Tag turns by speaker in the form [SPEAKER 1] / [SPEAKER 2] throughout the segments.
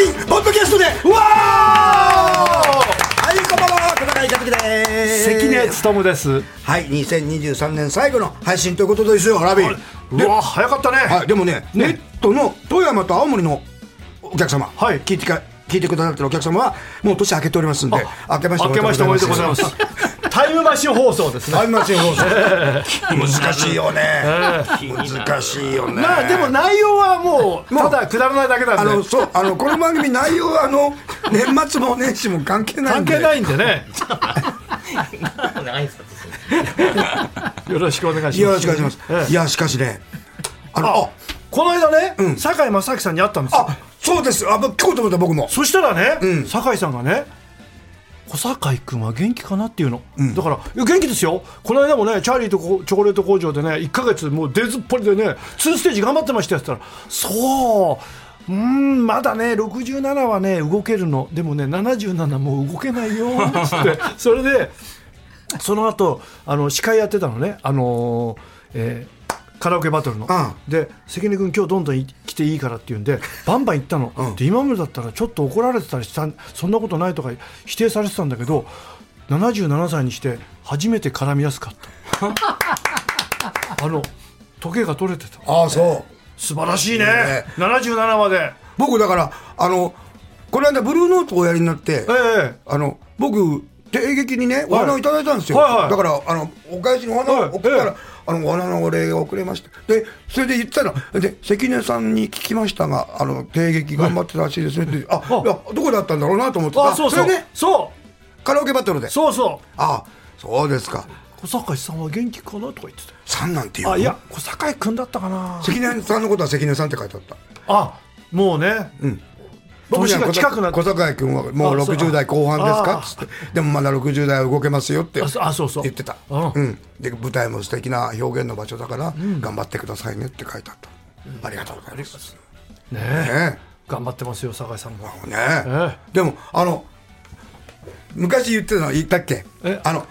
[SPEAKER 1] ストでうわはいこんばんは小高いたです
[SPEAKER 2] 関根勤です
[SPEAKER 1] はい2023年最後の配信ということですよラビー
[SPEAKER 2] うわ早かったね、
[SPEAKER 1] はい、でもね、ネットの富山と青森のお客様、
[SPEAKER 2] はい
[SPEAKER 1] 聞いてか聞いてくださってるお客様は、もう年明けておりますんで、明けまして
[SPEAKER 2] 明けましておめでとうございますタイムマシン放送 ですね
[SPEAKER 1] タイムマシン放送難しいよね難しいよね
[SPEAKER 2] なでも内容はもうただくだらないだけな
[SPEAKER 1] あ
[SPEAKER 2] ん
[SPEAKER 1] の
[SPEAKER 2] で
[SPEAKER 1] そうあのこの番組内容はあの年末も年始も関係ないん
[SPEAKER 2] 関
[SPEAKER 1] で
[SPEAKER 2] 係ないん でね
[SPEAKER 3] 挨拶する
[SPEAKER 2] よろしくお願いします
[SPEAKER 1] よろしくお願いします、
[SPEAKER 2] ええ
[SPEAKER 1] いやしかしねあのあ
[SPEAKER 2] この間ね、堺正明さんに会ったんですよ
[SPEAKER 1] あそうですあ僕聞こうと思った僕も
[SPEAKER 2] そしたらね、酒井さんがね小酒井君は元気かなっていうの、だからいや元気ですよこの間もねチャーリーとこチョコレート工場でね1か月もう出ずっぽりでね2ステージ頑張ってましたよって言ったらそううーんまだね67はね動けるのでもね77もう動けないよっつって それでその後あの司会やってたのねあのーえーカラオケバトルの、
[SPEAKER 1] う
[SPEAKER 2] で関根君今日どんどんい来ていいからって言うんでバンバン行ったの、で今までだったらちょっと怒られてたりしたそんなことないとか否定されてたんだけど77歳にして初めて絡みやすかった あの時計が取れてた
[SPEAKER 1] ああそう
[SPEAKER 2] 素晴らしいね
[SPEAKER 1] ね
[SPEAKER 2] 77まで
[SPEAKER 1] 僕だからあのこの間ブルーノートをおやりになって、
[SPEAKER 2] ええ
[SPEAKER 1] あの僕定劇にねお花をいただいたんですよ、
[SPEAKER 2] はいはい
[SPEAKER 1] だからあのお返しにお花
[SPEAKER 2] は
[SPEAKER 1] を
[SPEAKER 2] い
[SPEAKER 1] 送ったら、
[SPEAKER 2] ええ
[SPEAKER 1] あのお花のお礼をくれましたでそれで言ったらで関根さんに聞きましたがあの定劇頑張ってたらしいですねって、あいやどこだったんだろうなと思って
[SPEAKER 2] あそうそう
[SPEAKER 1] れね
[SPEAKER 2] そ
[SPEAKER 1] カラオケバトルで
[SPEAKER 2] うそうそ
[SPEAKER 1] あそうですか
[SPEAKER 2] う小堺さんは元気かなとか言ってた
[SPEAKER 1] さんなんていうの
[SPEAKER 2] あいや小堺君だったか な
[SPEAKER 1] 関根さんのことは関根さんって書いてあった
[SPEAKER 2] あもうね、
[SPEAKER 1] 僕に
[SPEAKER 2] 年
[SPEAKER 1] は
[SPEAKER 2] が近くなって
[SPEAKER 1] 小坂井君はもう
[SPEAKER 2] あそう
[SPEAKER 1] 60代後半ですか
[SPEAKER 2] あ
[SPEAKER 1] っつってでもまだ60代は動けますよって
[SPEAKER 2] あそうあそうそう
[SPEAKER 1] 言ってた
[SPEAKER 2] うん
[SPEAKER 1] うんで舞台も素敵な表現の場所だから頑張ってくださいねって書いてあったありがとうございます
[SPEAKER 2] ね
[SPEAKER 1] ね
[SPEAKER 2] 頑張ってますよ酒井さんも
[SPEAKER 1] えねえでもあの昔言ってたの言ったっけ
[SPEAKER 2] え
[SPEAKER 1] あの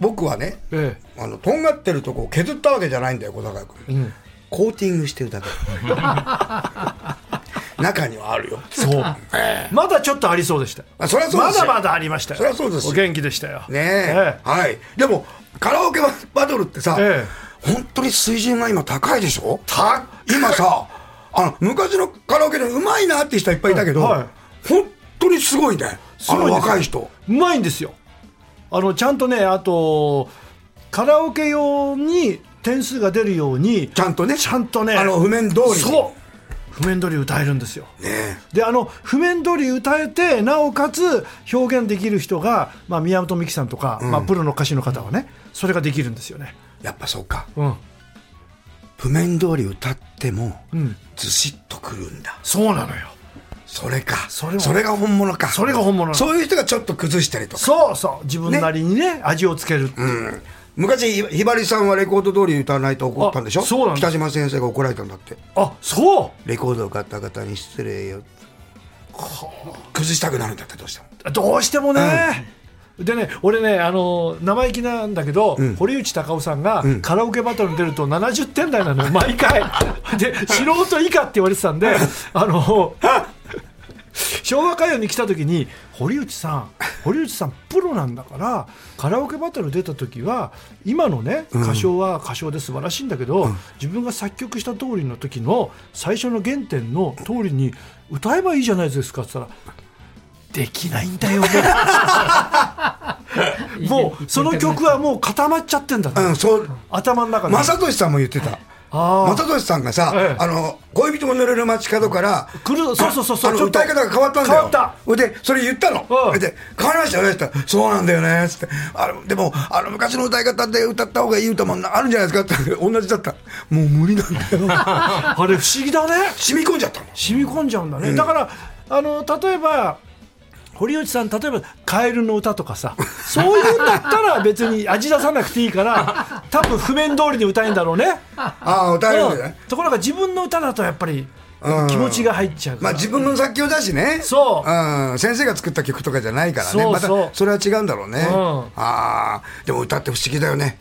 [SPEAKER 1] 僕はね
[SPEAKER 2] ええ
[SPEAKER 1] あのとんがってるとこを削ったわけじゃないんだよ小坂井君、コーティングしてる だけ中にはあるよ
[SPEAKER 2] そうまだちょっとありそうでした
[SPEAKER 1] あそりゃそう
[SPEAKER 2] ま
[SPEAKER 1] です
[SPEAKER 2] だ
[SPEAKER 1] よ
[SPEAKER 2] まだありましたよ
[SPEAKER 1] そりゃそうですよ
[SPEAKER 2] お元気でしたよ
[SPEAKER 1] ね
[SPEAKER 2] え
[SPEAKER 1] え、はい。でも、カラオケバトルってさ、
[SPEAKER 2] え
[SPEAKER 1] 本当に水準が今高いでしょ今さ、あの、昔のカラオケでうまいなって人はいっぱいいたけど、
[SPEAKER 2] うんは
[SPEAKER 1] 本当にすごいね。あ
[SPEAKER 2] ごい
[SPEAKER 1] の
[SPEAKER 2] です
[SPEAKER 1] 若い人。
[SPEAKER 2] うまいんですよあのちゃんとねあとカラオケ用に点数が出るように
[SPEAKER 1] ちゃんとね。
[SPEAKER 2] ちゃんとね
[SPEAKER 1] あの、譜面通りに。
[SPEAKER 2] そう譜面通り歌えるんですよ
[SPEAKER 1] う。ねえ。
[SPEAKER 2] であの譜面通り歌えてなおかつ表現できる人が、まあ、宮本美樹さんとか、まあ、プロの歌手の方はねそれができるんですよね、
[SPEAKER 1] やっぱそうか。
[SPEAKER 2] うん、
[SPEAKER 1] 譜面通り歌っても、
[SPEAKER 2] ん
[SPEAKER 1] ずしっとくるんだ。
[SPEAKER 2] そうなのよ
[SPEAKER 1] それか。
[SPEAKER 2] そ
[SPEAKER 1] そ
[SPEAKER 2] れ
[SPEAKER 1] れ
[SPEAKER 2] も
[SPEAKER 1] が本物か。
[SPEAKER 2] それが本物なの
[SPEAKER 1] そういう人がちょっと崩したりとか。
[SPEAKER 2] そうそう自分なりにね味をつけるっていう、
[SPEAKER 1] 昔ひひばりさんはレコード通り歌わないと怒ったんでしょ
[SPEAKER 2] あそうなんだ
[SPEAKER 1] 北島先生が怒られたんだって
[SPEAKER 2] あそう
[SPEAKER 1] レコードを買った方に失礼よ崩したくなるんだってどうしても
[SPEAKER 2] どうしてもね、でね俺ねあの生意気なんだけど、堀内孝雄さんがカラオケバトルに出ると70点台なのよ毎回 で素人以下って言われてたんであの昭和歌謡に来た時に堀内さん堀内さんプロなんだからカラオケバトル出た時は今のね歌唱は歌唱で素晴らしいんだけど、自分が作曲した通りの時の最初の原点の通りに歌えばいいじゃないですかって言ったらできないんだよもうもうその曲はもう固まっちゃってんだって、
[SPEAKER 1] うんそう
[SPEAKER 2] 頭の中で
[SPEAKER 1] 正俊さんも言ってた
[SPEAKER 2] あー
[SPEAKER 1] 正俊さんがさ、
[SPEAKER 2] ええ
[SPEAKER 1] あの恋人も乗れる街角から
[SPEAKER 2] 来るそうそうそうそう
[SPEAKER 1] あの
[SPEAKER 2] ちょっと
[SPEAKER 1] 歌い方が変わったんだよ
[SPEAKER 2] 変わった
[SPEAKER 1] それでそれ言ったの、
[SPEAKER 2] うん
[SPEAKER 1] それで変わりましたよねって言ったらそうなんだよねっつってあのでもあの昔の歌い方で歌った方がいい歌もあるんじゃないですかって同じだったもう無理なんだよ
[SPEAKER 2] あれ不思議だね
[SPEAKER 1] 染み込んじゃったの
[SPEAKER 2] 染み込んじゃうんだね、だからあの例えば堀内さん例えば「カエルの歌」とかさそういうんだったら別に味出さなくてい いから多分譜面通りに歌えんだろうね、
[SPEAKER 1] ああ歌えるんじゃない、
[SPEAKER 2] うんところが自分の歌だとやっぱり
[SPEAKER 1] うん
[SPEAKER 2] 気持ちが入っちゃうか
[SPEAKER 1] ま
[SPEAKER 2] ら、
[SPEAKER 1] あ自分の作曲だしね。
[SPEAKER 2] そう
[SPEAKER 1] うん。先生が作った曲とかじゃないからね。
[SPEAKER 2] そうそう
[SPEAKER 1] またそれは違うんだろうね。
[SPEAKER 2] ん
[SPEAKER 1] ああ。でも歌って不思議だよね。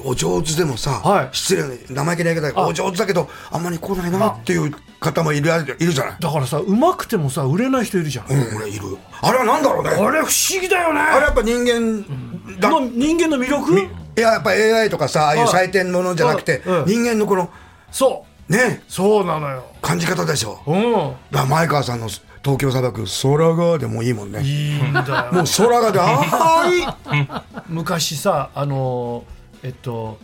[SPEAKER 1] お上手でもさ、
[SPEAKER 2] はい
[SPEAKER 1] 失礼な生意気な言い方だけど
[SPEAKER 2] あ
[SPEAKER 1] お上手だけどあんまり来ないなっていう方もいるいるじゃない、
[SPEAKER 2] だからさうまくてもさ売れない人いるじゃん、
[SPEAKER 1] うん、俺いるあれはなんだろうね
[SPEAKER 2] あれ不思議だよね
[SPEAKER 1] あれやっぱ人間だ、
[SPEAKER 2] の人間の魅力
[SPEAKER 1] いややっぱ AI とかさああいう
[SPEAKER 2] はい
[SPEAKER 1] 採点ものじゃなくて、
[SPEAKER 2] はいうん
[SPEAKER 1] 人間のこの
[SPEAKER 2] そう
[SPEAKER 1] ね
[SPEAKER 2] そうなのよ
[SPEAKER 1] 感じ方でしょ
[SPEAKER 2] う
[SPEAKER 1] だから前川さんの東京砂漠空がでもいいもんね
[SPEAKER 2] んいいんだ
[SPEAKER 1] も
[SPEAKER 2] よ
[SPEAKER 1] う空がでああいい
[SPEAKER 2] 昔さあのーえっと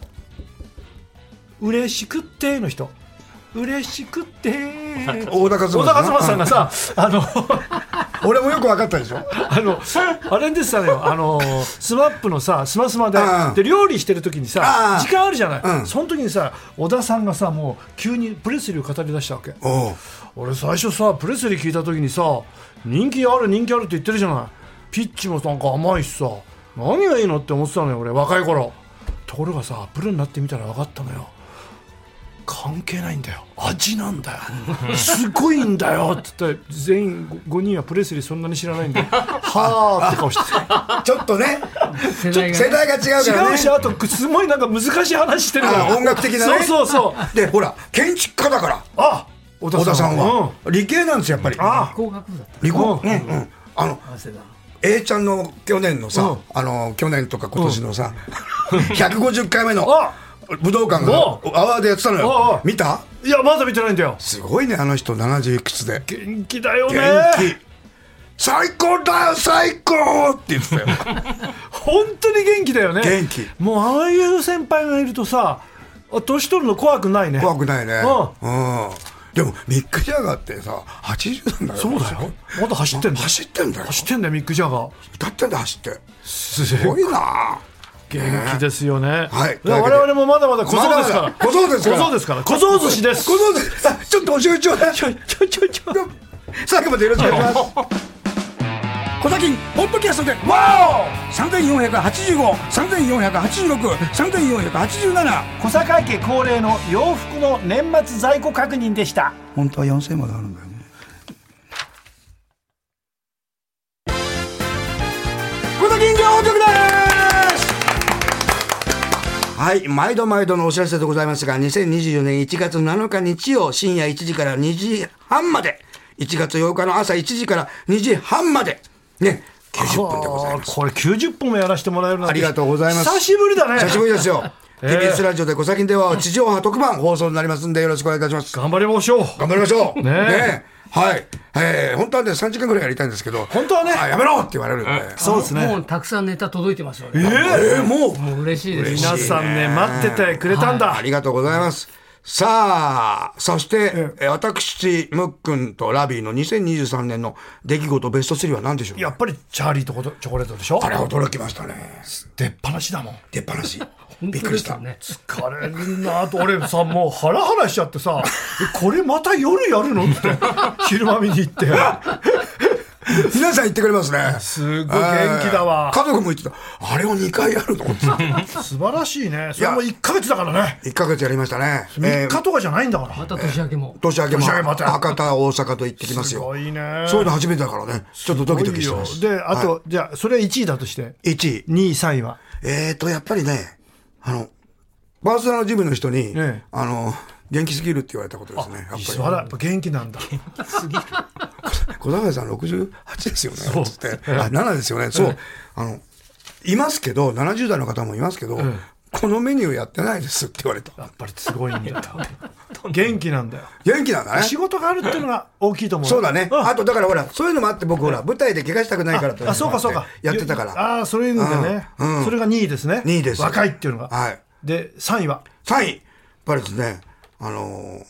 [SPEAKER 2] 「嬉しくって」の人「嬉しくって」
[SPEAKER 1] 大高妻
[SPEAKER 2] 小田和正さんがさ あの
[SPEAKER 1] 俺もよく分かったでしょ
[SPEAKER 2] あのあれでしたねあのスマップのさスマスマで
[SPEAKER 1] うん
[SPEAKER 2] で料理してる時に
[SPEAKER 1] あ
[SPEAKER 2] さ
[SPEAKER 1] あ
[SPEAKER 2] 時間あるじゃない、
[SPEAKER 1] うん
[SPEAKER 2] その時にさ小田さんがさもう急にプレスリーを語り出したわけ
[SPEAKER 1] おう
[SPEAKER 2] 俺最初さプレスリー聞いた時にさ人気ある人気あるって言ってるじゃないピッチもなんか甘いしさ何がいいのって思ってたのよ俺若い頃ところがさプロになってみたら分かったのよ関係ないんだよ味なんだよすごいんだよって言って全員5人はプレスリーそんなに知らないんだよ はあって顔してた
[SPEAKER 1] ちょっと ね
[SPEAKER 4] 世代が
[SPEAKER 1] 世代が違うから
[SPEAKER 2] 違う
[SPEAKER 1] ね
[SPEAKER 2] しあとすごいなんか難しい話してるの
[SPEAKER 1] あ
[SPEAKER 2] よ
[SPEAKER 1] 音楽的なね
[SPEAKER 2] そうそうそう
[SPEAKER 1] でほら建築家だから
[SPEAKER 2] あ小
[SPEAKER 1] 小田さんは、
[SPEAKER 2] う
[SPEAKER 1] 理系なんですよやっぱり
[SPEAKER 2] あ
[SPEAKER 4] 工学部だった
[SPEAKER 1] 理工
[SPEAKER 2] う
[SPEAKER 1] うんんうんあの
[SPEAKER 4] 早稲田
[SPEAKER 1] A ちゃんの去年のさ、
[SPEAKER 2] うん
[SPEAKER 1] あの去年とか今年のさ、150回目の
[SPEAKER 2] あ
[SPEAKER 1] 武道館が
[SPEAKER 2] お
[SPEAKER 1] アワーでやってたの
[SPEAKER 2] おうお
[SPEAKER 1] よ
[SPEAKER 2] う
[SPEAKER 1] 見た
[SPEAKER 2] いやまだ見てないんだよ
[SPEAKER 1] すごいねあの人70いくつで
[SPEAKER 2] 元気だよね
[SPEAKER 1] 元気最高だよ最高って言ってたよ
[SPEAKER 2] 本当に元気だよね
[SPEAKER 1] 元気
[SPEAKER 2] もうああいう先輩がいるとさあ年取るの怖くないね
[SPEAKER 1] 怖くないね
[SPEAKER 2] う
[SPEAKER 1] うんでもミック・ジャガーってさ80なんだよ
[SPEAKER 2] そうだよまだ走ってんだよ
[SPEAKER 1] 走ってんだよ
[SPEAKER 2] 走ってんだよミック・ジャガー
[SPEAKER 1] 歌ってんだよ走って
[SPEAKER 2] す
[SPEAKER 1] すごいな
[SPEAKER 2] 元気ですよね
[SPEAKER 1] はい
[SPEAKER 2] だから我々もまだまだ小僧ですから
[SPEAKER 1] まだまだ小僧ですから
[SPEAKER 2] 小僧ですから小僧寿司です
[SPEAKER 1] 小僧ですあちょっとお仕打ちを
[SPEAKER 2] ちょちょちょちょ
[SPEAKER 1] 最後までよろしくお願いします 小崎ポッドキャストでわお三千四百八十五、三千四百八十六、三千四百八十七。
[SPEAKER 2] 小坂家恒例の洋服の年末在庫確認でした
[SPEAKER 1] 本当は四千まであるんだよね。小崎情報局です。はい毎度毎度のお知らせでございますが2024年1月7日日曜深夜1時から2時半まで1月8日の朝1時から2時半までね90分でございます
[SPEAKER 2] これ90本もやらせてもらえるなんて
[SPEAKER 1] ありがとうございます
[SPEAKER 2] 久しぶりだね
[SPEAKER 1] 久しぶりですよ
[SPEAKER 2] えー
[SPEAKER 1] TBS ラジオで「小崎では地上波特番放送になりますんでよろしくお願いいたします
[SPEAKER 2] 頑張りましょう
[SPEAKER 1] 頑張りましょう
[SPEAKER 2] ねえ
[SPEAKER 1] はい、えー、本当はね3時間ぐらいやりたいんですけど
[SPEAKER 2] 本当はね
[SPEAKER 1] あやめろって言われるんで
[SPEAKER 2] そうですね
[SPEAKER 4] もうたくさんネタ届いてますよね、
[SPEAKER 1] えー、もう
[SPEAKER 4] もう嬉しいです
[SPEAKER 2] 皆さんね待っててくれたんだ、
[SPEAKER 1] ありがとうございます。さあ、そして、え私、ムックンとラビーの2023年の出来事ベスト3は何でしょう
[SPEAKER 2] やっぱりチャーリーとことチョコレートでしょ
[SPEAKER 1] あれ驚きましたね。
[SPEAKER 2] 出っ放しだもん
[SPEAKER 1] 出っ放 し。
[SPEAKER 4] 本
[SPEAKER 1] びっ
[SPEAKER 4] 当
[SPEAKER 1] く
[SPEAKER 4] で
[SPEAKER 1] りし
[SPEAKER 4] すよ
[SPEAKER 1] た。
[SPEAKER 4] ね
[SPEAKER 2] 疲れるなと俺さもうハラハラしちゃってさえこれまた夜やるのって昼間見に行って
[SPEAKER 1] 皆さん言ってくれますね。
[SPEAKER 2] すごい元気だわ
[SPEAKER 1] えー家族も言ってた。あれを2回やる の
[SPEAKER 2] 素晴らしいねそれも1か月だからね
[SPEAKER 1] ?1 ヶ月やりましたね。
[SPEAKER 2] 3
[SPEAKER 1] えー
[SPEAKER 2] 日とかじゃないんだから、
[SPEAKER 4] また年明けも、
[SPEAKER 1] 年明けも
[SPEAKER 2] 年明けまた
[SPEAKER 1] 博多、大阪と行ってきます
[SPEAKER 2] す
[SPEAKER 1] よ
[SPEAKER 2] ご。いね
[SPEAKER 1] そういうの初めてだからね。ちょっとドキドキしてますす。
[SPEAKER 2] ごいよであと、じゃあそれ1位だとして
[SPEAKER 1] 1位。
[SPEAKER 2] 2位3位は
[SPEAKER 1] えーと、やっぱりね、あの、パーソナルジムの人に、
[SPEAKER 2] ええ
[SPEAKER 1] あの、元気すぎるって言われたことですね。やっぱり。
[SPEAKER 2] 素晴らやっぱ元気なんだ
[SPEAKER 1] 小坂井さん68ですよね。つって。あ、7ですよね。そう。あの、いますけど、70代の方もいますけど、このメニューやってないですって言われた。
[SPEAKER 2] やっぱりすごい んだよ元気なんだよ
[SPEAKER 1] 元気なんだね。
[SPEAKER 2] 仕事があるっていうのが大きいと思う
[SPEAKER 1] そうだね。
[SPEAKER 2] ん
[SPEAKER 1] あと、だからほら、そういうのもあって僕ほら、舞台で怪我したくないからって
[SPEAKER 2] あそうかそうか
[SPEAKER 1] やってたから。
[SPEAKER 2] ああーそういうのでね、
[SPEAKER 1] うんうん
[SPEAKER 2] それが2位ですね
[SPEAKER 1] 2位です
[SPEAKER 2] 若いっていうのが、
[SPEAKER 1] はい
[SPEAKER 2] で3位は
[SPEAKER 1] 3位。やっぱりですね、あのー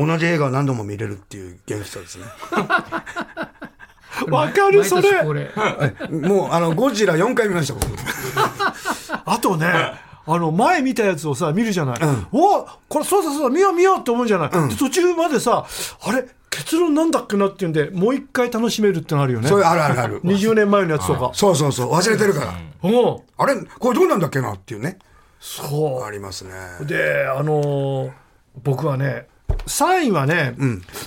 [SPEAKER 1] 同じ映画を何度も見れるっていう元気さですね。
[SPEAKER 2] わかるそれ
[SPEAKER 4] 毎年恒例
[SPEAKER 1] もう、あの、ゴジラ4回見ました、僕。
[SPEAKER 2] あとねあの前見たやつをさ見るじゃない、おこれそうだそうだ見よう見ようって思うじゃない、で途中までさあれ結論なんだっけなっていうんでもう一回楽しめるってのあるよね
[SPEAKER 1] そういう、あるあるある。
[SPEAKER 2] 20年前のやつとか
[SPEAKER 1] そうそうそう、忘れてるから。
[SPEAKER 2] おう
[SPEAKER 1] あれこれどうなんだっけなっていうね。
[SPEAKER 2] そう
[SPEAKER 1] ありますね。
[SPEAKER 2] であのー僕はね3位はね、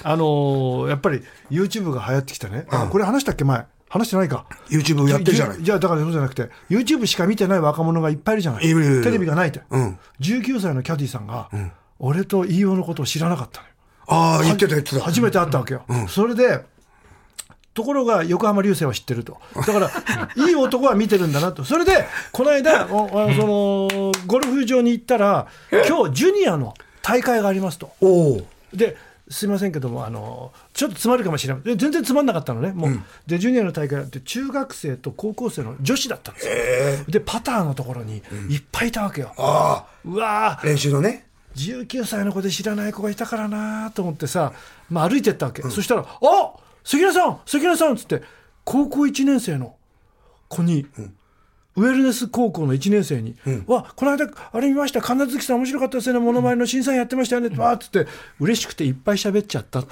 [SPEAKER 2] あのーやっぱり YouTube が流行ってきたね、あこれ話したっけ前話してないか
[SPEAKER 1] YouTube やってるじゃない。
[SPEAKER 2] じゃあだからそうじゃなくて YouTube しか見てない若者がいっぱいいるじゃない
[SPEAKER 1] いるいるいる
[SPEAKER 2] テレビがないって、
[SPEAKER 1] うん
[SPEAKER 2] 19歳のキャディさんが、俺と飯尾のことを知らなかったのよ
[SPEAKER 1] ああ、言ってた言ってた。
[SPEAKER 2] 初めて会ったわけよ、それでところが横浜流星は知ってるとだから いい男は見てるんだなとそれでこの間おあそのゴルフ場に行ったら今日ジュニアの大会がありますと
[SPEAKER 1] おお。
[SPEAKER 2] ですいませんけどもあのちょっと詰まるかもしれないで全然つまんなかったのねもう、でジュニアの大会って中学生と高校生の女子だったんですよ、でパターのところにいっぱいいたわけよ、
[SPEAKER 1] あ
[SPEAKER 2] うわー
[SPEAKER 1] あ、練習のね。
[SPEAKER 2] 19歳の子で知らない子がいたからなと思ってさ、まあ、歩いてったわけ、そしたら「あ関根さん関根さん」っつって高校1年生の子に、ウェルネス高校の1年生に「わこの間あれ見ました神田月さん面白かったですねモノマネの審査員やってましたよね」わーっつって嬉しくていっぱい喋っちゃったって。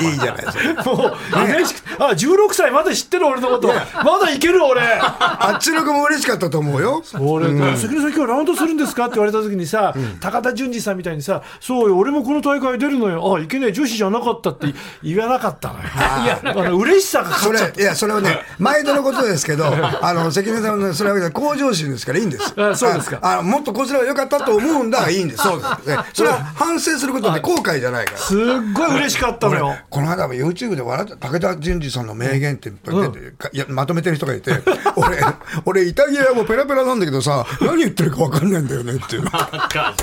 [SPEAKER 1] いいじゃないですか。
[SPEAKER 2] もう嬉しくてあ16歳まだ知ってる俺のことまだいける俺
[SPEAKER 1] あっちの子も嬉しかったと思うよ。
[SPEAKER 2] 俺、関根さん、今日ラウンドするんですかって言われた時にさ、高田純次さんみたいにさ、そうよ、俺もこの大会出るのよ、あいけねえ、女子じゃなかったって言わなか ったのよ、あの嬉しさが
[SPEAKER 1] そ
[SPEAKER 2] 勝っちゃっ
[SPEAKER 1] れ、いや、それはね、毎度のことです けど、あの、関根さんのね、それは向上心ですからいいんです。
[SPEAKER 2] あそうですか
[SPEAKER 1] ああもっとこちらが良かったと思うんだらいいんです。そうです。ねそれは反省することで後悔じゃないから。
[SPEAKER 2] た、すっごい嬉しかったのよ。
[SPEAKER 1] この間も YouTube で笑って武田真治さんの名言っていっぱい出て、かいやまとめてる人がいて 俺俺イタリア語ペラペラなんだけどさ何言ってるか分かんないんだよねっていうバカ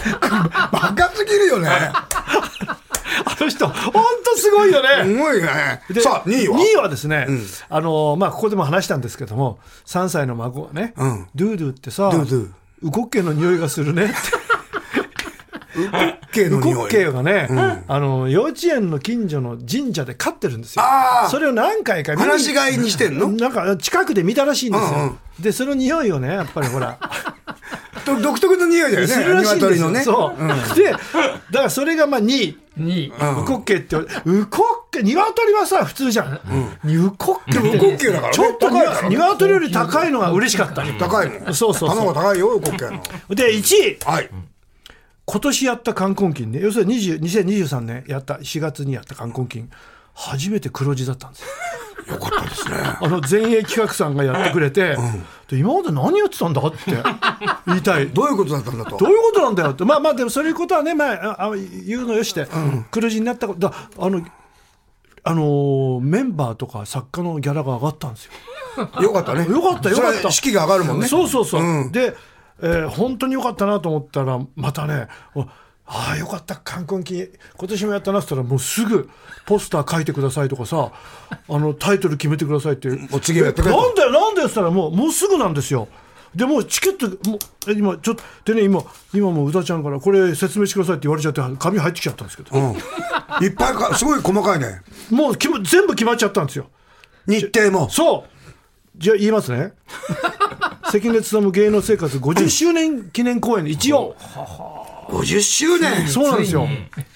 [SPEAKER 1] すぎるよね
[SPEAKER 2] あの人、本当すごいよね。
[SPEAKER 1] すごいね
[SPEAKER 2] で
[SPEAKER 1] さあ2位は
[SPEAKER 2] 2位はですね、あのまあ、ここでも話したんですけども、3歳の孫がね、
[SPEAKER 1] ん
[SPEAKER 2] ドゥードゥってさ、
[SPEAKER 1] ドゥドゥ
[SPEAKER 2] ウコッケイの匂いがするねって。
[SPEAKER 1] 系 の
[SPEAKER 2] ウコ
[SPEAKER 1] 匂
[SPEAKER 2] ッ
[SPEAKER 1] い
[SPEAKER 2] ケイがね、あの幼稚園の近所の神社で飼ってるんですよ
[SPEAKER 1] あー。
[SPEAKER 2] それを何回か見に
[SPEAKER 1] 話し飼いにしてんの
[SPEAKER 2] なんか近くで見たらしいんですよ。
[SPEAKER 1] うんうん
[SPEAKER 2] でその匂いをねやっぱりほら
[SPEAKER 1] と独特の匂いだよ
[SPEAKER 2] する
[SPEAKER 1] ね
[SPEAKER 2] らしいんで
[SPEAKER 1] 鶏
[SPEAKER 2] すよ。
[SPEAKER 1] のね
[SPEAKER 2] そう。でだからそれがまあ2位。
[SPEAKER 4] に、
[SPEAKER 2] ウコッケイって、ウコッケ、鶏はさ、普通じゃん。ウコッ
[SPEAKER 1] で
[SPEAKER 2] ケ
[SPEAKER 1] も
[SPEAKER 2] っ
[SPEAKER 1] ウ
[SPEAKER 2] て
[SPEAKER 1] コッケイだからね
[SPEAKER 2] ちょっと
[SPEAKER 1] 高いからね
[SPEAKER 2] ね、鶏より高いのが嬉しかった。
[SPEAKER 1] 高いもん
[SPEAKER 2] そうそうそう
[SPEAKER 1] 卵高いよウコッケイの
[SPEAKER 2] で、1位。
[SPEAKER 1] はい
[SPEAKER 2] 今年やった冠婚金ね、要するに20 2023年やった、4月にやった冠婚金、初めて黒字だった んですよ。
[SPEAKER 1] よかったですね
[SPEAKER 2] あの前衛企画さんがやってくれて、で今まで何やってたんだって言いた い。ど
[SPEAKER 1] どういうことだったんだと
[SPEAKER 2] どういうことなんだよって、まあまあ、でもそういうことはね、まあ、ああ言うのよして、黒字になったことだ、あの、あのーメンバーとか作家のギャラが上がったんですよ。
[SPEAKER 1] よかったね
[SPEAKER 2] よかったよかった
[SPEAKER 1] それは士気が上がるもんね
[SPEAKER 2] そうそうそう、で、えー本当によかったなと思ったらまたねおああよかった冠婚金今年もやったなって言ったらもうすぐポスター書いてくださいとかさあのタイトル決めてくださいっても
[SPEAKER 1] う次はやってくれと
[SPEAKER 2] なんだよなんだよって言ったらもうもうすぐなんですよでもうチケットもうえ今ちょっとでね今今もう歌ちゃんからこれ説明してくださいって言われちゃって紙入ってきちゃったんですけど、
[SPEAKER 1] いっぱいかすごい細かいね
[SPEAKER 2] もうきも全部決まっちゃったんですよ
[SPEAKER 1] 日程も
[SPEAKER 2] そうじゃあ言います ね関根勤芸能生活50周年記念公演で一応
[SPEAKER 1] 50周年
[SPEAKER 2] そうなんですよ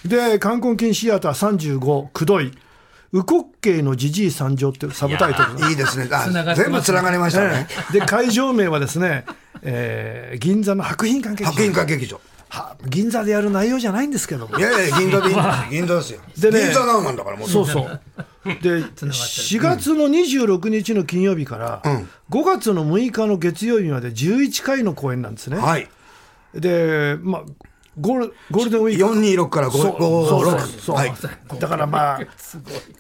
[SPEAKER 2] で冠婚金シアター35くどい「ウコッケイのじじい参上」っていうサブタイトル
[SPEAKER 1] いいですね。あ
[SPEAKER 4] 繋がってますね
[SPEAKER 1] 全部つながりましたね。
[SPEAKER 2] で会場名はですね、えー銀座の博品館劇場
[SPEAKER 1] 白銀館劇場。
[SPEAKER 2] は銀座でやる内容じゃないんですけども
[SPEAKER 1] いやいや、銀座でいいんですよ。銀座ですよ。
[SPEAKER 2] でね
[SPEAKER 1] 銀座ナウなんだから、もう。
[SPEAKER 2] そうそう。で、4月の26日の金曜日から、5月の6日の月曜日まで11回の公演なんですね。
[SPEAKER 1] はい。
[SPEAKER 2] で、まあ、ゴールゴールデンウィー
[SPEAKER 1] 426
[SPEAKER 2] ク。
[SPEAKER 1] から
[SPEAKER 2] そうそうそう
[SPEAKER 1] 556。
[SPEAKER 2] そう
[SPEAKER 1] はい。
[SPEAKER 2] だか らまあ、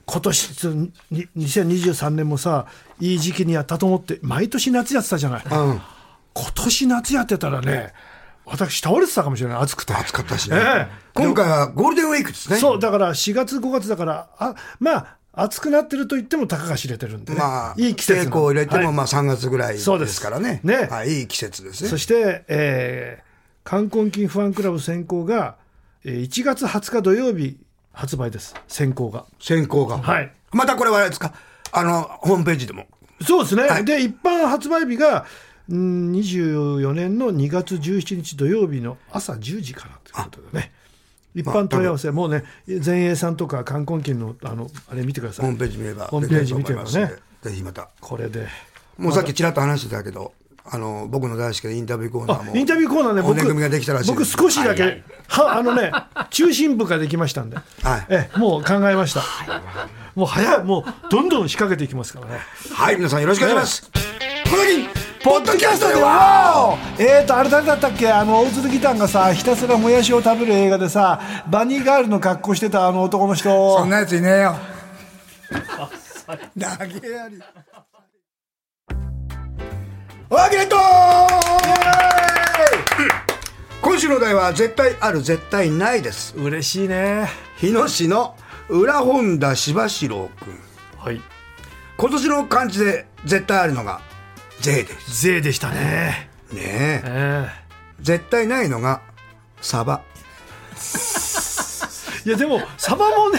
[SPEAKER 2] 今年つに2023年もさ、いい時期にやったと思って、毎年夏やってたじゃない。
[SPEAKER 1] うん。
[SPEAKER 2] 今年夏やってたらね、私、倒れてたかもしれない、暑くて。
[SPEAKER 1] 暑かったしね
[SPEAKER 2] ええ。
[SPEAKER 1] 今回はゴールデンウィークですね。
[SPEAKER 2] そう、だから4月、5月だから、あまあ、暑くなってると言っても、たかが知れてるんでね、
[SPEAKER 1] まあ、
[SPEAKER 2] いい季節
[SPEAKER 1] 稽
[SPEAKER 2] な
[SPEAKER 1] 古を入れて
[SPEAKER 2] はい
[SPEAKER 1] も、まあ3月ぐらいで
[SPEAKER 2] そうです
[SPEAKER 1] すからね。
[SPEAKER 2] ね
[SPEAKER 1] はい、いい季節です
[SPEAKER 2] そ
[SPEAKER 1] ね。
[SPEAKER 2] して、えー、冠婚金不安クラブ選考が、えー、1月20日土曜日発売です、選考が。
[SPEAKER 1] 選考が。
[SPEAKER 2] はい。
[SPEAKER 1] またこれはあれですかあの、ホームページでも。
[SPEAKER 2] そうですね、
[SPEAKER 1] はい
[SPEAKER 2] で、一般発売日が、うん24年の2月17日土曜日の朝10時からということでね。一般問い合わせ、もうね、前衛さんとか冠婚金の、あの、あれ見てくださ
[SPEAKER 1] ホー
[SPEAKER 2] い
[SPEAKER 1] ム。ページ見れば。
[SPEAKER 2] ホームページ見てればね
[SPEAKER 1] 出ると思いますんでぜひまた。
[SPEAKER 2] これで。
[SPEAKER 1] もうさっきちらっと話してたけど、あの、僕の大好きなインタビューコーナー
[SPEAKER 2] あ
[SPEAKER 1] も。
[SPEAKER 2] インタビューコーナーね、
[SPEAKER 1] 骨組みができたらしい
[SPEAKER 2] 僕少しだけ、はあのね、中心部ができましたんで、
[SPEAKER 1] はい
[SPEAKER 2] ええもう考えました。もう早いもうどんどん仕掛けていきますからね
[SPEAKER 1] はい、皆さんよろしくお願いします。この時、
[SPEAKER 2] ポッドキャストではえーとあれ誰だったっけあの大鶴ギタンがさひたすらもやしを食べる映画でさバニーガールの格好してたあの男の人
[SPEAKER 1] そんなやついねえ よ。投げやり。ワーゲット今週のお題は絶対ある絶対ないです。
[SPEAKER 2] 嬉しいね
[SPEAKER 1] 日野市の裏本田柴四郎君。
[SPEAKER 2] はい
[SPEAKER 1] 今年の漢字で絶対あるのが税です。
[SPEAKER 2] 税でしたね
[SPEAKER 1] ねえ。
[SPEAKER 2] え
[SPEAKER 1] 絶対ないのがサバ。
[SPEAKER 2] えいやでもサバもね、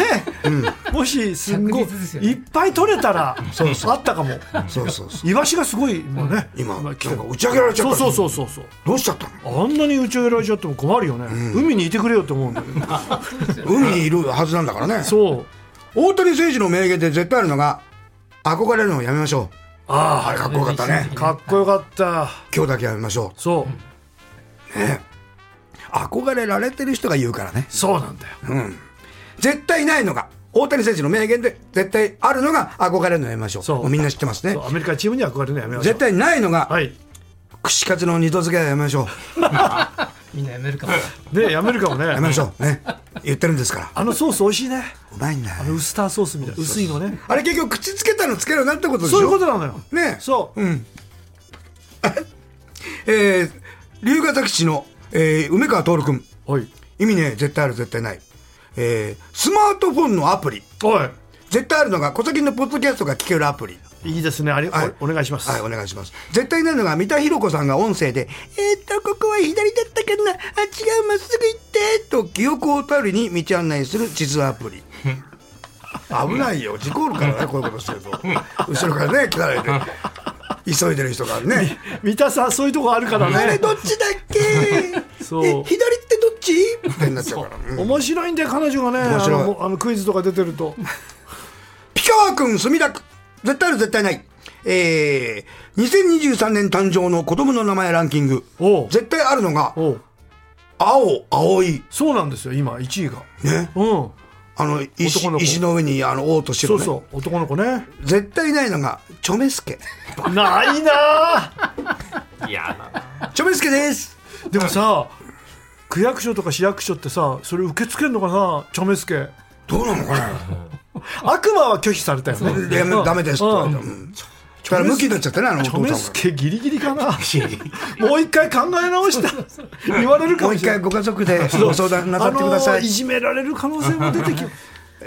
[SPEAKER 2] もしすっごい、
[SPEAKER 4] 着実ですよね
[SPEAKER 2] いっぱい取れたらあったかも
[SPEAKER 1] そうそうそう。
[SPEAKER 2] イワシがすごいもうね、
[SPEAKER 1] 今なん
[SPEAKER 2] 来てる
[SPEAKER 1] か打ち上げられちゃっ
[SPEAKER 2] そう
[SPEAKER 1] た。
[SPEAKER 2] そうそうそうそう
[SPEAKER 1] どうしちゃったの？
[SPEAKER 2] あんなに宇宙やられちゃっても困るよね、海にいてくれよって思うんだ けど
[SPEAKER 1] 海にいるはずなんだからね。
[SPEAKER 2] そう
[SPEAKER 1] 大谷選手の名言で絶対あるのが憧れるのをやめましょう。あ
[SPEAKER 2] あ
[SPEAKER 1] れかっこよかったね。
[SPEAKER 2] あかっこよかった
[SPEAKER 1] 今日だけやめましょ
[SPEAKER 2] そう
[SPEAKER 1] う。ね憧れられてる人が言うからね。
[SPEAKER 2] そうなんだよ
[SPEAKER 1] 絶対ないのが大谷選手の名言で絶対あるのが憧れるのをやめましょう。
[SPEAKER 2] そう
[SPEAKER 1] もうみんな知ってますね
[SPEAKER 2] そう。アメリカチームに憧れるのやめましょう
[SPEAKER 1] 絶対ないのが
[SPEAKER 2] はい
[SPEAKER 1] 串カツの二度漬けはやめましょう。
[SPEAKER 4] みんなやめるかも。
[SPEAKER 2] ねやめるかもね
[SPEAKER 1] やめましょ う。ね。言ってるんですから。
[SPEAKER 2] あのソース美味しいね
[SPEAKER 1] うまいんだよ。
[SPEAKER 2] ウスターソースみたいな薄いのね
[SPEAKER 1] あれ結局口つけたのつけるようになったことでしょ
[SPEAKER 2] そういうことなのよ
[SPEAKER 1] ね
[SPEAKER 2] そう、
[SPEAKER 1] えー、龍ヶ崎市の、えー梅川徹君
[SPEAKER 2] おい
[SPEAKER 1] 意味ね絶対ある絶対ない、えースマートフォンのアプリ
[SPEAKER 2] おい
[SPEAKER 1] 絶対あるのが小崎のポッドキャストが聞けるアプリ
[SPEAKER 2] いいですねあれ、
[SPEAKER 1] はい
[SPEAKER 2] おお願いします、
[SPEAKER 1] はいお願いします絶対ないのが三田寛子さんが音声で「えー、っとここは左だったけどなあ違うまっすぐ行って」と記憶を頼りに道案内する地図アプリ危ないよ事故るから ねこういうことすると後ろからね来られて急いでる人が ね
[SPEAKER 2] 三田さんそういうとこあるから
[SPEAKER 1] あれ
[SPEAKER 2] ね
[SPEAKER 1] どっちだっけ
[SPEAKER 2] そう
[SPEAKER 1] え左ってどっちみたいになっちゃうから、うん
[SPEAKER 2] 面白いんだよ彼女がね
[SPEAKER 1] 面
[SPEAKER 2] あ
[SPEAKER 1] 白い
[SPEAKER 2] のあのクイズとか出てると
[SPEAKER 1] ピカワ君墨田区絶対ある絶対ないえー、2023年誕生の子供の名前ランキング
[SPEAKER 2] おう
[SPEAKER 1] 絶対あるのが
[SPEAKER 2] おう
[SPEAKER 1] 青青い
[SPEAKER 2] そうなんですよ今1位が
[SPEAKER 1] ね
[SPEAKER 2] うん
[SPEAKER 1] あの石
[SPEAKER 2] 男の子
[SPEAKER 1] 石の上にあの王と
[SPEAKER 2] そ
[SPEAKER 1] 白、
[SPEAKER 2] う
[SPEAKER 1] ね、
[SPEAKER 2] そう男の子ね
[SPEAKER 1] 絶対ないのがチョメスケ
[SPEAKER 2] ないなあ
[SPEAKER 3] いやーな
[SPEAKER 1] チョメスケです
[SPEAKER 2] でもさ区役所とか市役所ってさそれ受け付けるのかなチョメスケ
[SPEAKER 1] どうなのか な
[SPEAKER 2] 悪魔は拒否されたよね
[SPEAKER 1] でダメですって言われた、
[SPEAKER 2] う
[SPEAKER 1] うんんだから向きになっちゃったねあのお
[SPEAKER 2] チョメ
[SPEAKER 1] 父
[SPEAKER 2] ス
[SPEAKER 1] さん
[SPEAKER 2] ケギリギリかなもう一回考え直した言われる
[SPEAKER 1] が
[SPEAKER 2] か
[SPEAKER 1] もう
[SPEAKER 2] もし
[SPEAKER 1] 一
[SPEAKER 2] れな
[SPEAKER 1] 回
[SPEAKER 2] い
[SPEAKER 1] ご家族でご相談なさってくださ
[SPEAKER 2] あ
[SPEAKER 1] い
[SPEAKER 2] のーいじめられる可能性も出てき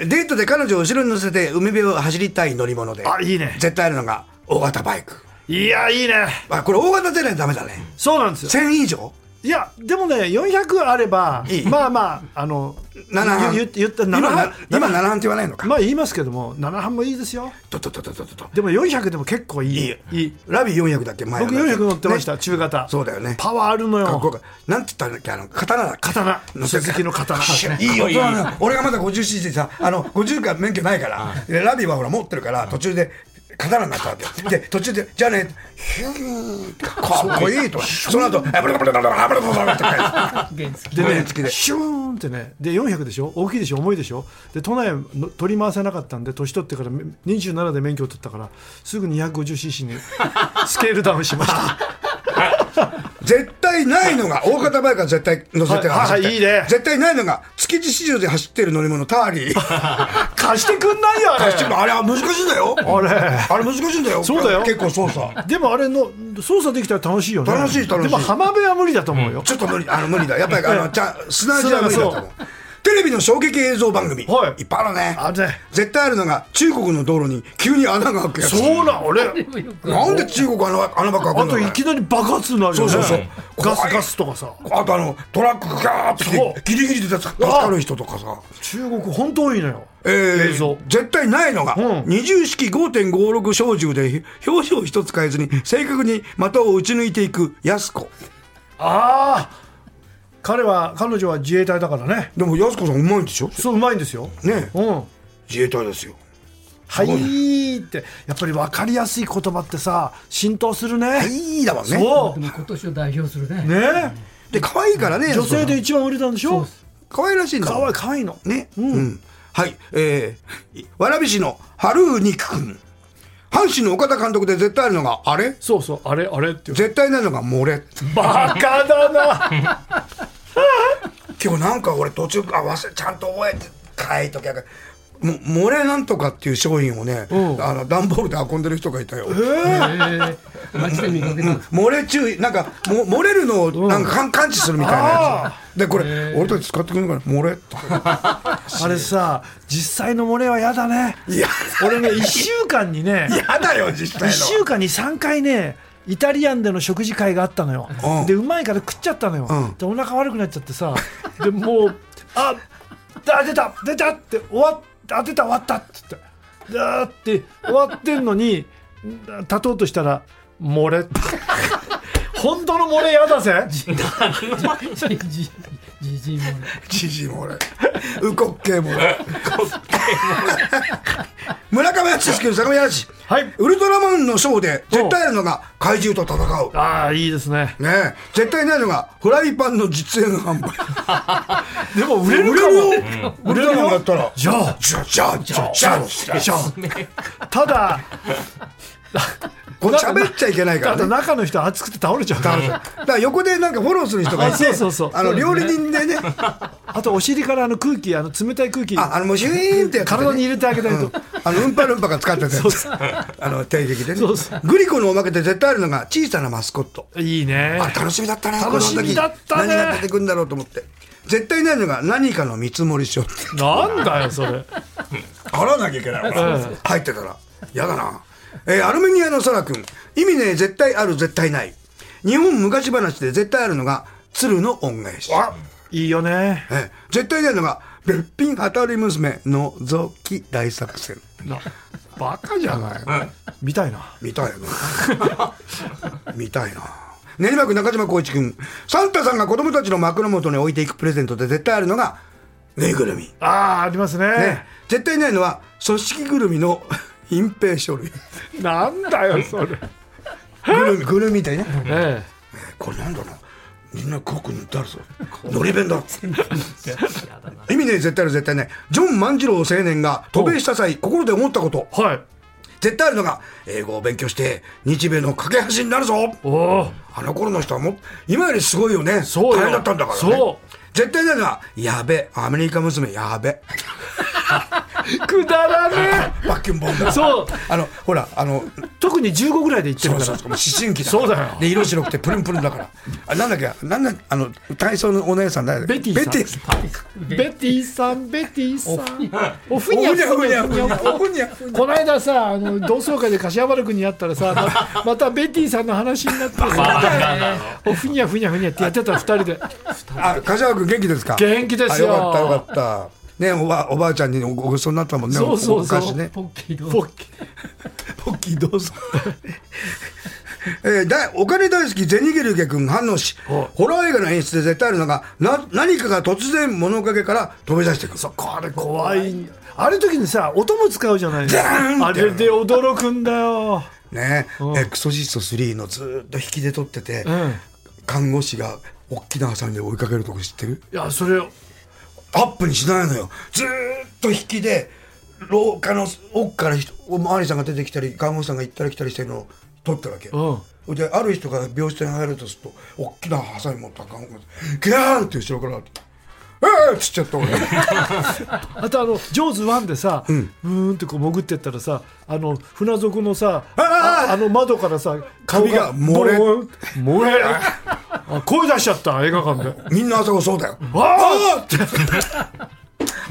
[SPEAKER 1] デートで彼女を後ろに乗せて海辺を走りたい乗り物で。
[SPEAKER 2] あいいね
[SPEAKER 1] 絶対あるのが大型バイク。
[SPEAKER 2] いやいいね
[SPEAKER 1] あ、これ大型じゃないとダメだね。
[SPEAKER 2] そうなんですよ
[SPEAKER 1] 1000以上
[SPEAKER 2] いやでもね400あれば
[SPEAKER 1] いい
[SPEAKER 2] まあまああの
[SPEAKER 1] 7班。
[SPEAKER 2] 言言った7
[SPEAKER 1] 今
[SPEAKER 2] 班
[SPEAKER 1] な今7班って言わないのか。
[SPEAKER 2] まあ言いますけども7班もいいですよ
[SPEAKER 1] ととととととと。
[SPEAKER 2] でも400でも結構いい
[SPEAKER 1] いいよラビ400だっけ前
[SPEAKER 2] 僕400乗ってまし。
[SPEAKER 1] ね
[SPEAKER 2] た中型
[SPEAKER 1] そうだよね
[SPEAKER 2] パワーあるの
[SPEAKER 1] かっこ
[SPEAKER 2] よ
[SPEAKER 1] よかったなんて言ったんだっけあの、刀だっけ。
[SPEAKER 2] 刀
[SPEAKER 1] 乗せて
[SPEAKER 2] 鈴木の刀
[SPEAKER 1] いいよ、大人なの俺がまだ 50cc でさ、あの、50が免許ないから、でラビはほら持ってるから、途中で、刀になったわけ。で、途中で、じゃあね、ヒューンかっこいいと。その後、あブルブルブルブルブルブルブルって帰る。
[SPEAKER 4] 原付。
[SPEAKER 2] でね
[SPEAKER 1] 付きで
[SPEAKER 2] シューンってねで400でしょ大きいでしょ重いでしょで都内の取り回せなかったんで年取ってからめ27で免許を取ったからすぐ 250cc にスケールダウンしました
[SPEAKER 1] 絶対ないのが、大型バイクは絶対乗せて走って、
[SPEAKER 2] はいはいいいね
[SPEAKER 1] 絶対ないのが、築地市場で走ってる乗り物、ターリー。
[SPEAKER 2] 貸してくんないよあ
[SPEAKER 1] 走って
[SPEAKER 2] れ
[SPEAKER 1] もあれは難しいんだよ。
[SPEAKER 2] あれ
[SPEAKER 1] あれ難しいんだよ。
[SPEAKER 2] そうだよ
[SPEAKER 1] 結構操作。
[SPEAKER 2] でもあれの操作できたら楽しいよね
[SPEAKER 1] 楽しい楽しい
[SPEAKER 2] でも浜辺は無理だと思うよ、
[SPEAKER 1] ちょっと無理、あの無理だ。やっぱり、あの、ちゃん、砂地は無理だと思う
[SPEAKER 2] 砂。
[SPEAKER 1] テレビの衝撃映像番組、
[SPEAKER 2] はい
[SPEAKER 1] っぱいあるね。
[SPEAKER 2] あれね
[SPEAKER 1] 絶対あるのが、中国の道路に急に穴が開くやつ。
[SPEAKER 2] そうなん俺
[SPEAKER 4] でもよく。
[SPEAKER 1] なんで中国穴ば穴ばっか開
[SPEAKER 2] あ
[SPEAKER 1] くの
[SPEAKER 2] といきなり爆発になるよね
[SPEAKER 1] そうそうそう
[SPEAKER 2] ガスガスとかさ
[SPEAKER 1] あとあの、トラックがガーって
[SPEAKER 2] そう
[SPEAKER 1] 来て、ギリギリで助かる人とかさ。
[SPEAKER 2] 中国本当多いのよ、
[SPEAKER 1] えー
[SPEAKER 2] 映像
[SPEAKER 1] 絶対ないのが、
[SPEAKER 2] うん
[SPEAKER 1] 二重式5.56小銃で表情一つ変えずに正確に的を撃ち抜いていく安子
[SPEAKER 2] ああ彼は彼女は自衛隊だからね
[SPEAKER 1] でも安子さんうまいんでしょ
[SPEAKER 2] そううまいんですよ
[SPEAKER 1] ねえ
[SPEAKER 2] うん
[SPEAKER 1] 自衛隊ですよ
[SPEAKER 2] はいーってやっぱり分かりやすい言葉ってさ浸透するね、
[SPEAKER 1] いいだもんね
[SPEAKER 2] そ
[SPEAKER 4] でも今年を代表するね。
[SPEAKER 2] うね
[SPEAKER 1] で可愛いからね
[SPEAKER 2] 女性
[SPEAKER 1] 安子さ
[SPEAKER 2] で一番売れたんでしょ
[SPEAKER 1] ん可愛らしいんだ
[SPEAKER 2] か
[SPEAKER 1] も
[SPEAKER 2] わ
[SPEAKER 1] ん
[SPEAKER 2] いかわいいの
[SPEAKER 1] ねうん、はい、えー、蕨市の春うにく君。阪神の岡田監督で絶対あるのが、あれ
[SPEAKER 2] そうそうあれあれって
[SPEAKER 1] 絶対ないのが漏れ。
[SPEAKER 2] バカ だな
[SPEAKER 1] 今日なんか俺途中、あ、忘れ、ちゃんと覚えて、書いときゃ。も漏れなんとかっていう商品をね、
[SPEAKER 2] うん
[SPEAKER 1] あの段ボールで運んでる人がいたよ。
[SPEAKER 4] ええ街で見かけたんです
[SPEAKER 1] 漏れ注意、なんか、も漏れるのをなんか感感知するみたいなやつ。で、これ、俺たち使ってくれるのかな、漏れとか。
[SPEAKER 2] あれさ実際の漏れはやだね
[SPEAKER 1] いや、
[SPEAKER 2] 俺ね1週間にね
[SPEAKER 1] やだよ、実際の。
[SPEAKER 2] 1週間に3回ねイタリアンでの食事会があったのよ、
[SPEAKER 1] うん
[SPEAKER 2] でうまいから食っちゃったのよ、
[SPEAKER 1] うん
[SPEAKER 2] でお腹悪くなっちゃってさでもうああ出た出たって終わっあ出た終わったっつってだーって終わってんのにん立とうとしたら漏れ 本当の漏れやだぜ
[SPEAKER 4] かじじじいもね
[SPEAKER 1] じじいも俺、うこっけいも 俺。村上敦之の坂上淳。
[SPEAKER 2] はい
[SPEAKER 1] ウルトラマンのショーで絶対あるのが怪獣と戦う。
[SPEAKER 2] ああいいですね
[SPEAKER 1] ねえ、絶対ないのがフライパンの実演販売。
[SPEAKER 2] でも売
[SPEAKER 1] 売
[SPEAKER 2] れ
[SPEAKER 1] れ
[SPEAKER 2] る
[SPEAKER 1] る
[SPEAKER 2] か
[SPEAKER 1] よ
[SPEAKER 2] も、
[SPEAKER 1] ウルトラマンだったら。
[SPEAKER 2] じゃあ
[SPEAKER 1] じゃあ、じゃあ、じゃあ、じゃあ、じゃあ、じゃあ。
[SPEAKER 2] ただ
[SPEAKER 1] こう喋っちゃいけないか
[SPEAKER 2] た
[SPEAKER 1] ら
[SPEAKER 2] だ
[SPEAKER 1] ね。
[SPEAKER 2] 中の人熱くて倒れちゃうから
[SPEAKER 1] だから横でなんかフォローする人がいて、
[SPEAKER 2] あそうそうそう
[SPEAKER 1] あの料理人でね、あ
[SPEAKER 2] あとお尻からあの空気あの冷たい空気
[SPEAKER 1] あのもうシュイーンってやっててね
[SPEAKER 2] 体に入れてあげないと、
[SPEAKER 1] あのうんぱるんぱが使ってたやつ、あの定劇でね
[SPEAKER 2] そうそ。
[SPEAKER 1] グリコのおまけで絶対あるのが小さなマスコット。
[SPEAKER 2] いいね
[SPEAKER 1] あ楽しみだったね。
[SPEAKER 2] 楽しみだっ
[SPEAKER 1] こ
[SPEAKER 2] たね
[SPEAKER 1] の時何が出てくるんだろうと思って。絶対ないのが何かの見積もり書。
[SPEAKER 2] なんだよそれ
[SPEAKER 1] 払わなきゃいけない
[SPEAKER 2] そうそう
[SPEAKER 1] 入ってたらやだな、えーアルメニアの空君意味ね絶対ある絶対ない日本昔話で絶対あるのが鶴の恩返し、
[SPEAKER 2] いいよね
[SPEAKER 1] えー絶対ないのがべっぴん当たり娘のぞき大作戦
[SPEAKER 2] なバカじゃない見たいな
[SPEAKER 1] 見たいな見たいな練馬区中島光一君サンタさんが子供たちの枕元に置いていくプレゼントで絶対あるのがぬいぐるみ、
[SPEAKER 2] ああありますね
[SPEAKER 1] ね、絶対ないのは組織ぐるみの 隠蔽書類
[SPEAKER 2] なんだよそれ
[SPEAKER 1] ぐるみぐるみみたいな
[SPEAKER 2] え
[SPEAKER 1] これなんだろうみんな濃く塗ってあるぞのり弁だ
[SPEAKER 3] やだな。
[SPEAKER 1] 意味ねえ絶対ある絶対ないジョン万次郎青年が渡米した際心で思ったこと
[SPEAKER 2] えはい
[SPEAKER 1] 絶対あるのが英語を勉強して日米の架け橋になるぞ
[SPEAKER 2] おお
[SPEAKER 1] あの頃の人はもう今よりすごいよね
[SPEAKER 2] そうよ
[SPEAKER 1] 大変だったんだからね
[SPEAKER 2] そ
[SPEAKER 1] 絶対ないのはやべアメリカ娘やべ
[SPEAKER 2] くだらね
[SPEAKER 1] バッキュンボンだ
[SPEAKER 2] えそう
[SPEAKER 1] あのほらあの
[SPEAKER 2] 特に15ぐらいで行ってる
[SPEAKER 1] そう
[SPEAKER 2] から
[SPEAKER 1] そうそう思春期だ
[SPEAKER 2] そうだよ
[SPEAKER 1] で色白くてプルンプルンだからあなんだっけなんだあの体操のお姉さん誰だっけ
[SPEAKER 2] ベティさん
[SPEAKER 1] ベティさん
[SPEAKER 2] ベティさんベティさんおふ
[SPEAKER 1] お
[SPEAKER 2] にゃ
[SPEAKER 1] ふにゃ
[SPEAKER 2] ふ
[SPEAKER 1] ふ
[SPEAKER 2] に
[SPEAKER 1] に
[SPEAKER 2] ゃ
[SPEAKER 1] ゃ
[SPEAKER 2] ふ
[SPEAKER 1] ふ
[SPEAKER 2] に
[SPEAKER 1] に
[SPEAKER 2] ゃ
[SPEAKER 1] ゃおふにゃふにゃ
[SPEAKER 2] この間さあの同窓会で柏原君に会ったらさままたベティさんの話になって
[SPEAKER 3] バ
[SPEAKER 2] さ
[SPEAKER 3] カだな。
[SPEAKER 2] おふにゃふにゃふにゃってやってた二人で
[SPEAKER 1] あ、柏君元気ですか。
[SPEAKER 2] 元気ですよ
[SPEAKER 1] あよかった、よかった。ね、おば、おばあちゃんにごごごちそうになったもんね。
[SPEAKER 2] そうそうそう
[SPEAKER 1] お菓子ね。
[SPEAKER 4] ポッキーどう
[SPEAKER 2] ポ
[SPEAKER 4] ぞ
[SPEAKER 2] ッキ
[SPEAKER 1] ポッキーどうぞ。 えー、だいお金大好き銭ゲルゲ君反応し
[SPEAKER 2] は
[SPEAKER 1] ホラー映画の演出で絶対あるのがな何かが突然物陰から飛び出してくる
[SPEAKER 2] そうこれ怖いあれ時にさ音も使うじゃない
[SPEAKER 1] ダーンって
[SPEAKER 2] あれで驚くんだよ
[SPEAKER 1] ね
[SPEAKER 2] うん
[SPEAKER 1] エクソシスト3のずーっと引きで撮ってて、
[SPEAKER 2] うんい
[SPEAKER 1] 看護師が大きなハサミで追いかけるとこ知ってる
[SPEAKER 2] やそれ
[SPEAKER 1] アップにしないのよずーっと引きで廊下の奥から人お巡りさんが出てきたり看護師さんが行ったり来たりしてるのを撮ってるわけ、
[SPEAKER 2] うん
[SPEAKER 1] それである人が病室に入るとすると大きなハサミ持った看護師さんギャーンって後ろから「ええー!」っつっちゃった 俺
[SPEAKER 2] あとあの「ジョーズ1」でさ、うーんってこう潜ってったらさあの船底のさ
[SPEAKER 1] あ
[SPEAKER 2] あ
[SPEAKER 1] あ
[SPEAKER 2] あの窓からさ
[SPEAKER 1] 紙が漏れ
[SPEAKER 2] ボン漏れあ声出しちゃった映画館で
[SPEAKER 1] みんなあそこそうだよ
[SPEAKER 2] あー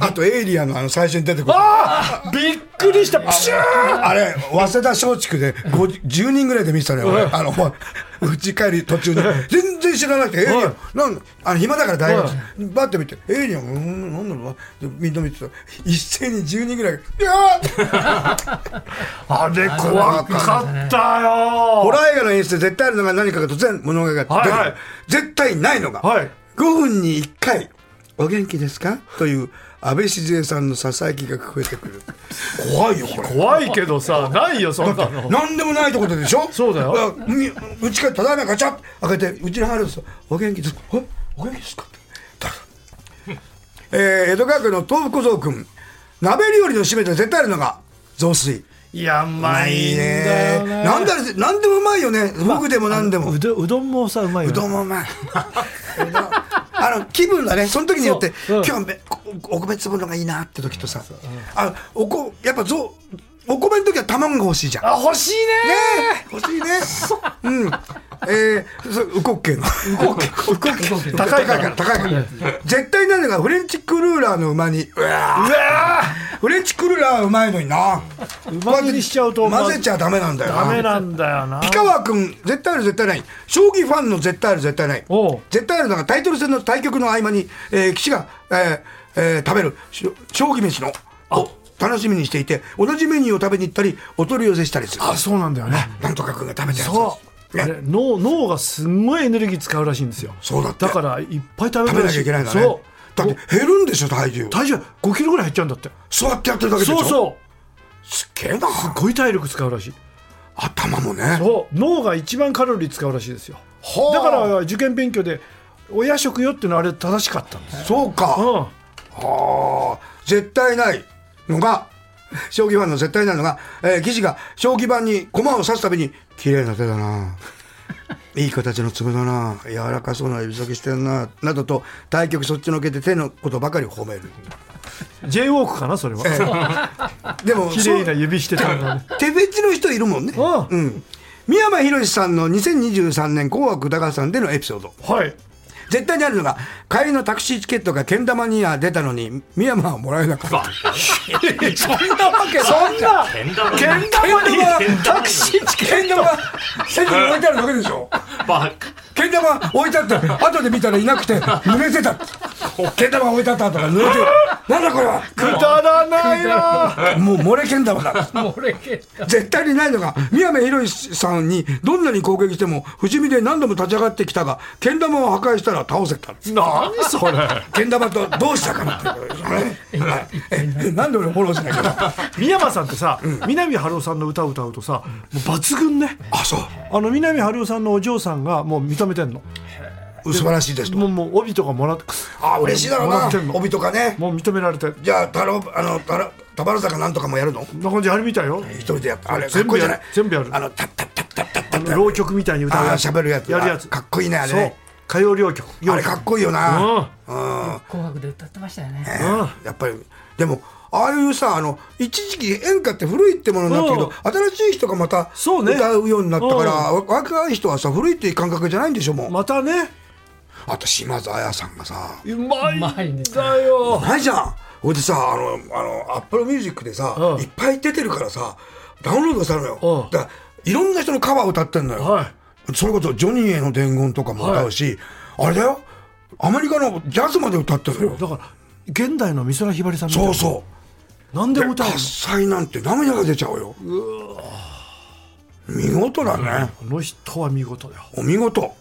[SPEAKER 1] あと「エイリアン」のあの最初に出てくる
[SPEAKER 2] あーびっくりしたプシュー
[SPEAKER 1] あれ早稲田松竹で50 10人ぐらいで見てたのよ俺あのほらうち帰り途中に全然知らなくて「エイリア
[SPEAKER 2] は
[SPEAKER 1] ン」なんだあの暇だから大学
[SPEAKER 2] は
[SPEAKER 1] バッて見て「エイリアン」うーんなんだろうなでみんな見てたら一斉に10人ぐらいが「いやー
[SPEAKER 2] あれ怖かった
[SPEAKER 1] ホ
[SPEAKER 2] よ
[SPEAKER 1] ラー映画の演出で絶対あるのが何かが突然物語が出てくる、
[SPEAKER 2] はいはい
[SPEAKER 1] 絶対ないのが、
[SPEAKER 2] はい
[SPEAKER 1] 5分に1回「お元気ですか?」という安倍静江さんのささやきが聞こえてくる怖いよこれ
[SPEAKER 2] 怖いけどさないよそんなの
[SPEAKER 1] なんでもないところでしょ
[SPEAKER 2] そうだよ
[SPEAKER 1] あみうちからただいまガチャッと開けてうちに入るんですよお元気ですかえお元気ですかって誰だえー江戸川区の東福小僧君鍋料理の締めで絶対あるのが雑炊
[SPEAKER 2] いやうまいんだ
[SPEAKER 1] ね
[SPEAKER 2] よね
[SPEAKER 1] なんだろうなんでもうまいよね僕でもなんでも
[SPEAKER 2] うどうどんもさうまいよ
[SPEAKER 1] うどんもうまいうどんあの気分だねその時によって、
[SPEAKER 2] そううん
[SPEAKER 1] 今日めおお米粒のがいいなって時とさ、あおこやっぱぞお米の時は卵が欲しいじゃん
[SPEAKER 2] あ欲しい
[SPEAKER 1] ね
[SPEAKER 2] ね
[SPEAKER 1] え欲しいね。うん。えー、そう、ウコッケの。高いから、高いから。絶対なのがフレンチクルーラーの馬に。うわ
[SPEAKER 2] うわ
[SPEAKER 1] ーフレンチクルーラーはうまいのにな。
[SPEAKER 2] ーうまみにしちゃうと
[SPEAKER 1] 混ぜちゃダメなんだよな。
[SPEAKER 2] ダメなんだよな
[SPEAKER 1] ピカワ君、絶対ある、絶対ない。将棋ファンの絶対ある、絶対ない。
[SPEAKER 2] おう
[SPEAKER 1] 絶対あるのがタイトル戦の対局の合間に、えー、棋士が、えーえー食べるしょ将棋飯の。を楽しみにしていて、同じメニューを食べに行ったり、お取り寄せしたりする。
[SPEAKER 2] あそうなんだよね
[SPEAKER 1] なんとか君が食べたやつ。
[SPEAKER 2] そうあ
[SPEAKER 1] ね
[SPEAKER 2] れ脳脳がすんごいエネルギー使うらしいんですよ
[SPEAKER 1] そうだって
[SPEAKER 2] だからいっぱい食
[SPEAKER 1] 食
[SPEAKER 2] べる
[SPEAKER 1] べ
[SPEAKER 2] ら
[SPEAKER 1] な
[SPEAKER 2] し
[SPEAKER 1] きゃいけないんだね
[SPEAKER 2] そう
[SPEAKER 1] だって減るんでしょ体重
[SPEAKER 2] 体重5キロぐらい減っちゃうんだって
[SPEAKER 1] 座ってやってるだけでしょ
[SPEAKER 2] そう
[SPEAKER 1] う
[SPEAKER 2] そう
[SPEAKER 1] すっげえな
[SPEAKER 2] すごい体力使うらしい
[SPEAKER 1] 頭もね
[SPEAKER 2] そう脳が一番カロリー使うらしいですよ
[SPEAKER 1] はあ
[SPEAKER 2] だから受験勉強で親食よっていうのはあれ正しかったんですよ
[SPEAKER 1] そうか、
[SPEAKER 2] うん
[SPEAKER 1] はあ絶対ないのが 将棋ファンの絶対ないのが、えー、棋士が将棋盤に駒を刺すたびに綺麗な手だ ないい形の爪だな柔らかそうな指先してるななどと対局そっちのけで手のことばかり褒める
[SPEAKER 2] J ウォークかなそれは
[SPEAKER 1] でも
[SPEAKER 2] 綺麗な指してたのがね
[SPEAKER 1] 手フェチの人いるもんね
[SPEAKER 2] ああ
[SPEAKER 1] うん三山ひろしさんの2023年「紅白歌合戦」でのエピソード
[SPEAKER 2] はい
[SPEAKER 1] 絶対にあるのが帰りのタクシーチケットがけん玉には出たのに三山はもらえなか った
[SPEAKER 3] そん
[SPEAKER 1] なわけ
[SPEAKER 2] そんな
[SPEAKER 3] けん玉
[SPEAKER 2] けん玉に
[SPEAKER 1] けん玉
[SPEAKER 2] タクシーチケ
[SPEAKER 1] けん
[SPEAKER 2] ット
[SPEAKER 1] 玉席に置いてあるだけでしょ
[SPEAKER 3] バカ
[SPEAKER 1] けん玉置いてあって後で見たらいなくて濡れてたけん玉が置いてあったから濡れてなんだこれは
[SPEAKER 2] くだらないな
[SPEAKER 1] もう漏れけん玉だ
[SPEAKER 4] もう俺け
[SPEAKER 1] 絶対にないのが宮部博さんにどんなに攻撃しても不死身で何度も立ち上がってきたがけん玉を破壊したら倒せた
[SPEAKER 2] 何それ
[SPEAKER 1] けん玉とどうしたかなってことですよねはいえなんで俺フォローしなきゃ
[SPEAKER 2] 三山さんってさ、南春夫さんの歌を歌うとさ、もう抜群ね
[SPEAKER 1] あそう
[SPEAKER 2] あの南春夫さんのお嬢さんがもう認めてんの
[SPEAKER 1] 素晴らしいですと
[SPEAKER 2] もうもう帯とかもらって
[SPEAKER 1] あ嬉しいだろう
[SPEAKER 2] もら
[SPEAKER 1] な
[SPEAKER 2] ってんの
[SPEAKER 1] 帯とかね
[SPEAKER 2] もう認められて
[SPEAKER 1] じゃあ太郎あの太郎田原坂なんとかもやるの
[SPEAKER 2] な感じあるみたいよ
[SPEAKER 1] 一人でやったあれかっ
[SPEAKER 2] 全
[SPEAKER 1] こい
[SPEAKER 2] 部
[SPEAKER 1] いじゃ
[SPEAKER 2] や
[SPEAKER 1] な
[SPEAKER 2] る
[SPEAKER 1] い
[SPEAKER 2] 全部やる
[SPEAKER 1] あのタッタッタッタッタッタッタ
[SPEAKER 2] 浪曲みたいに歌う
[SPEAKER 1] あー喋るやつ
[SPEAKER 2] やるやつ
[SPEAKER 1] あかっこいいねあれね
[SPEAKER 2] そう歌謡浪曲
[SPEAKER 1] あれかっこいいよなうん
[SPEAKER 4] 紅白で歌ってましたよね
[SPEAKER 2] うん
[SPEAKER 1] やっぱりでもああいうさあの一時期演歌って古いってものになったけど新しい人がまた
[SPEAKER 2] そうね
[SPEAKER 1] 歌うようになったからわ若い人はさ古いっていう感覚じゃないんでしょもう
[SPEAKER 2] またね
[SPEAKER 1] あと島津亜矢さんがさ
[SPEAKER 2] うまい
[SPEAKER 4] うんまいね
[SPEAKER 2] だよ
[SPEAKER 1] ないじゃんほいでさあのあのアップルミュージックでさ、
[SPEAKER 2] うん
[SPEAKER 1] いっぱい出てるからさダウンロードしたのよ、
[SPEAKER 2] うん
[SPEAKER 1] だからいろんな人のカバーを歌ってんのよ、
[SPEAKER 2] は
[SPEAKER 1] それこそジョニーへの伝言とかも歌うし、あれだよアメリカのジャズまで歌ってるのよ
[SPEAKER 2] だから現代の美空ひばりさんみたい
[SPEAKER 1] そ
[SPEAKER 2] な
[SPEAKER 1] うそう
[SPEAKER 2] 何でも歌うの
[SPEAKER 1] 喝采なんて涙が出ちゃうよ見事だね
[SPEAKER 2] この人は見事だよ
[SPEAKER 1] お見事、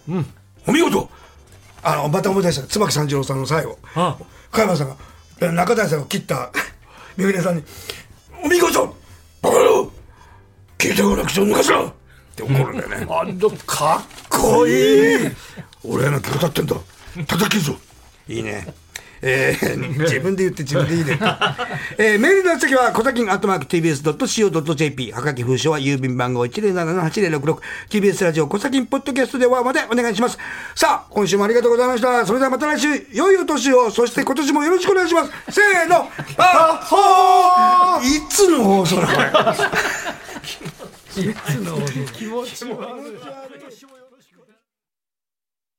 [SPEAKER 1] お見事あのまた思い出した椿三次郎さんの最後
[SPEAKER 2] あ
[SPEAKER 1] 加山さんがえ中谷さんを切った 三船さんに「お見事バカ野郎聞いてごらくちゃうのかしら!」って怒るんだよね、かっ
[SPEAKER 2] あのか
[SPEAKER 1] こいい俺らの戦ってんだ叩けるぞいいねえ ー自分で言って自分でいいね、えーメールの宛先は小崎アットマーク TBS.CO.JP はがき封書は郵便番号 107-8066TBS ラジオ小崎ポッドキャストではまでお願いしますさあ今週もありがとうございましたそれではまた来週良いお年をそして今年もよろしくお願いしますせーのあほーいつの放送だこれ
[SPEAKER 4] いつの
[SPEAKER 2] 気持ち悪い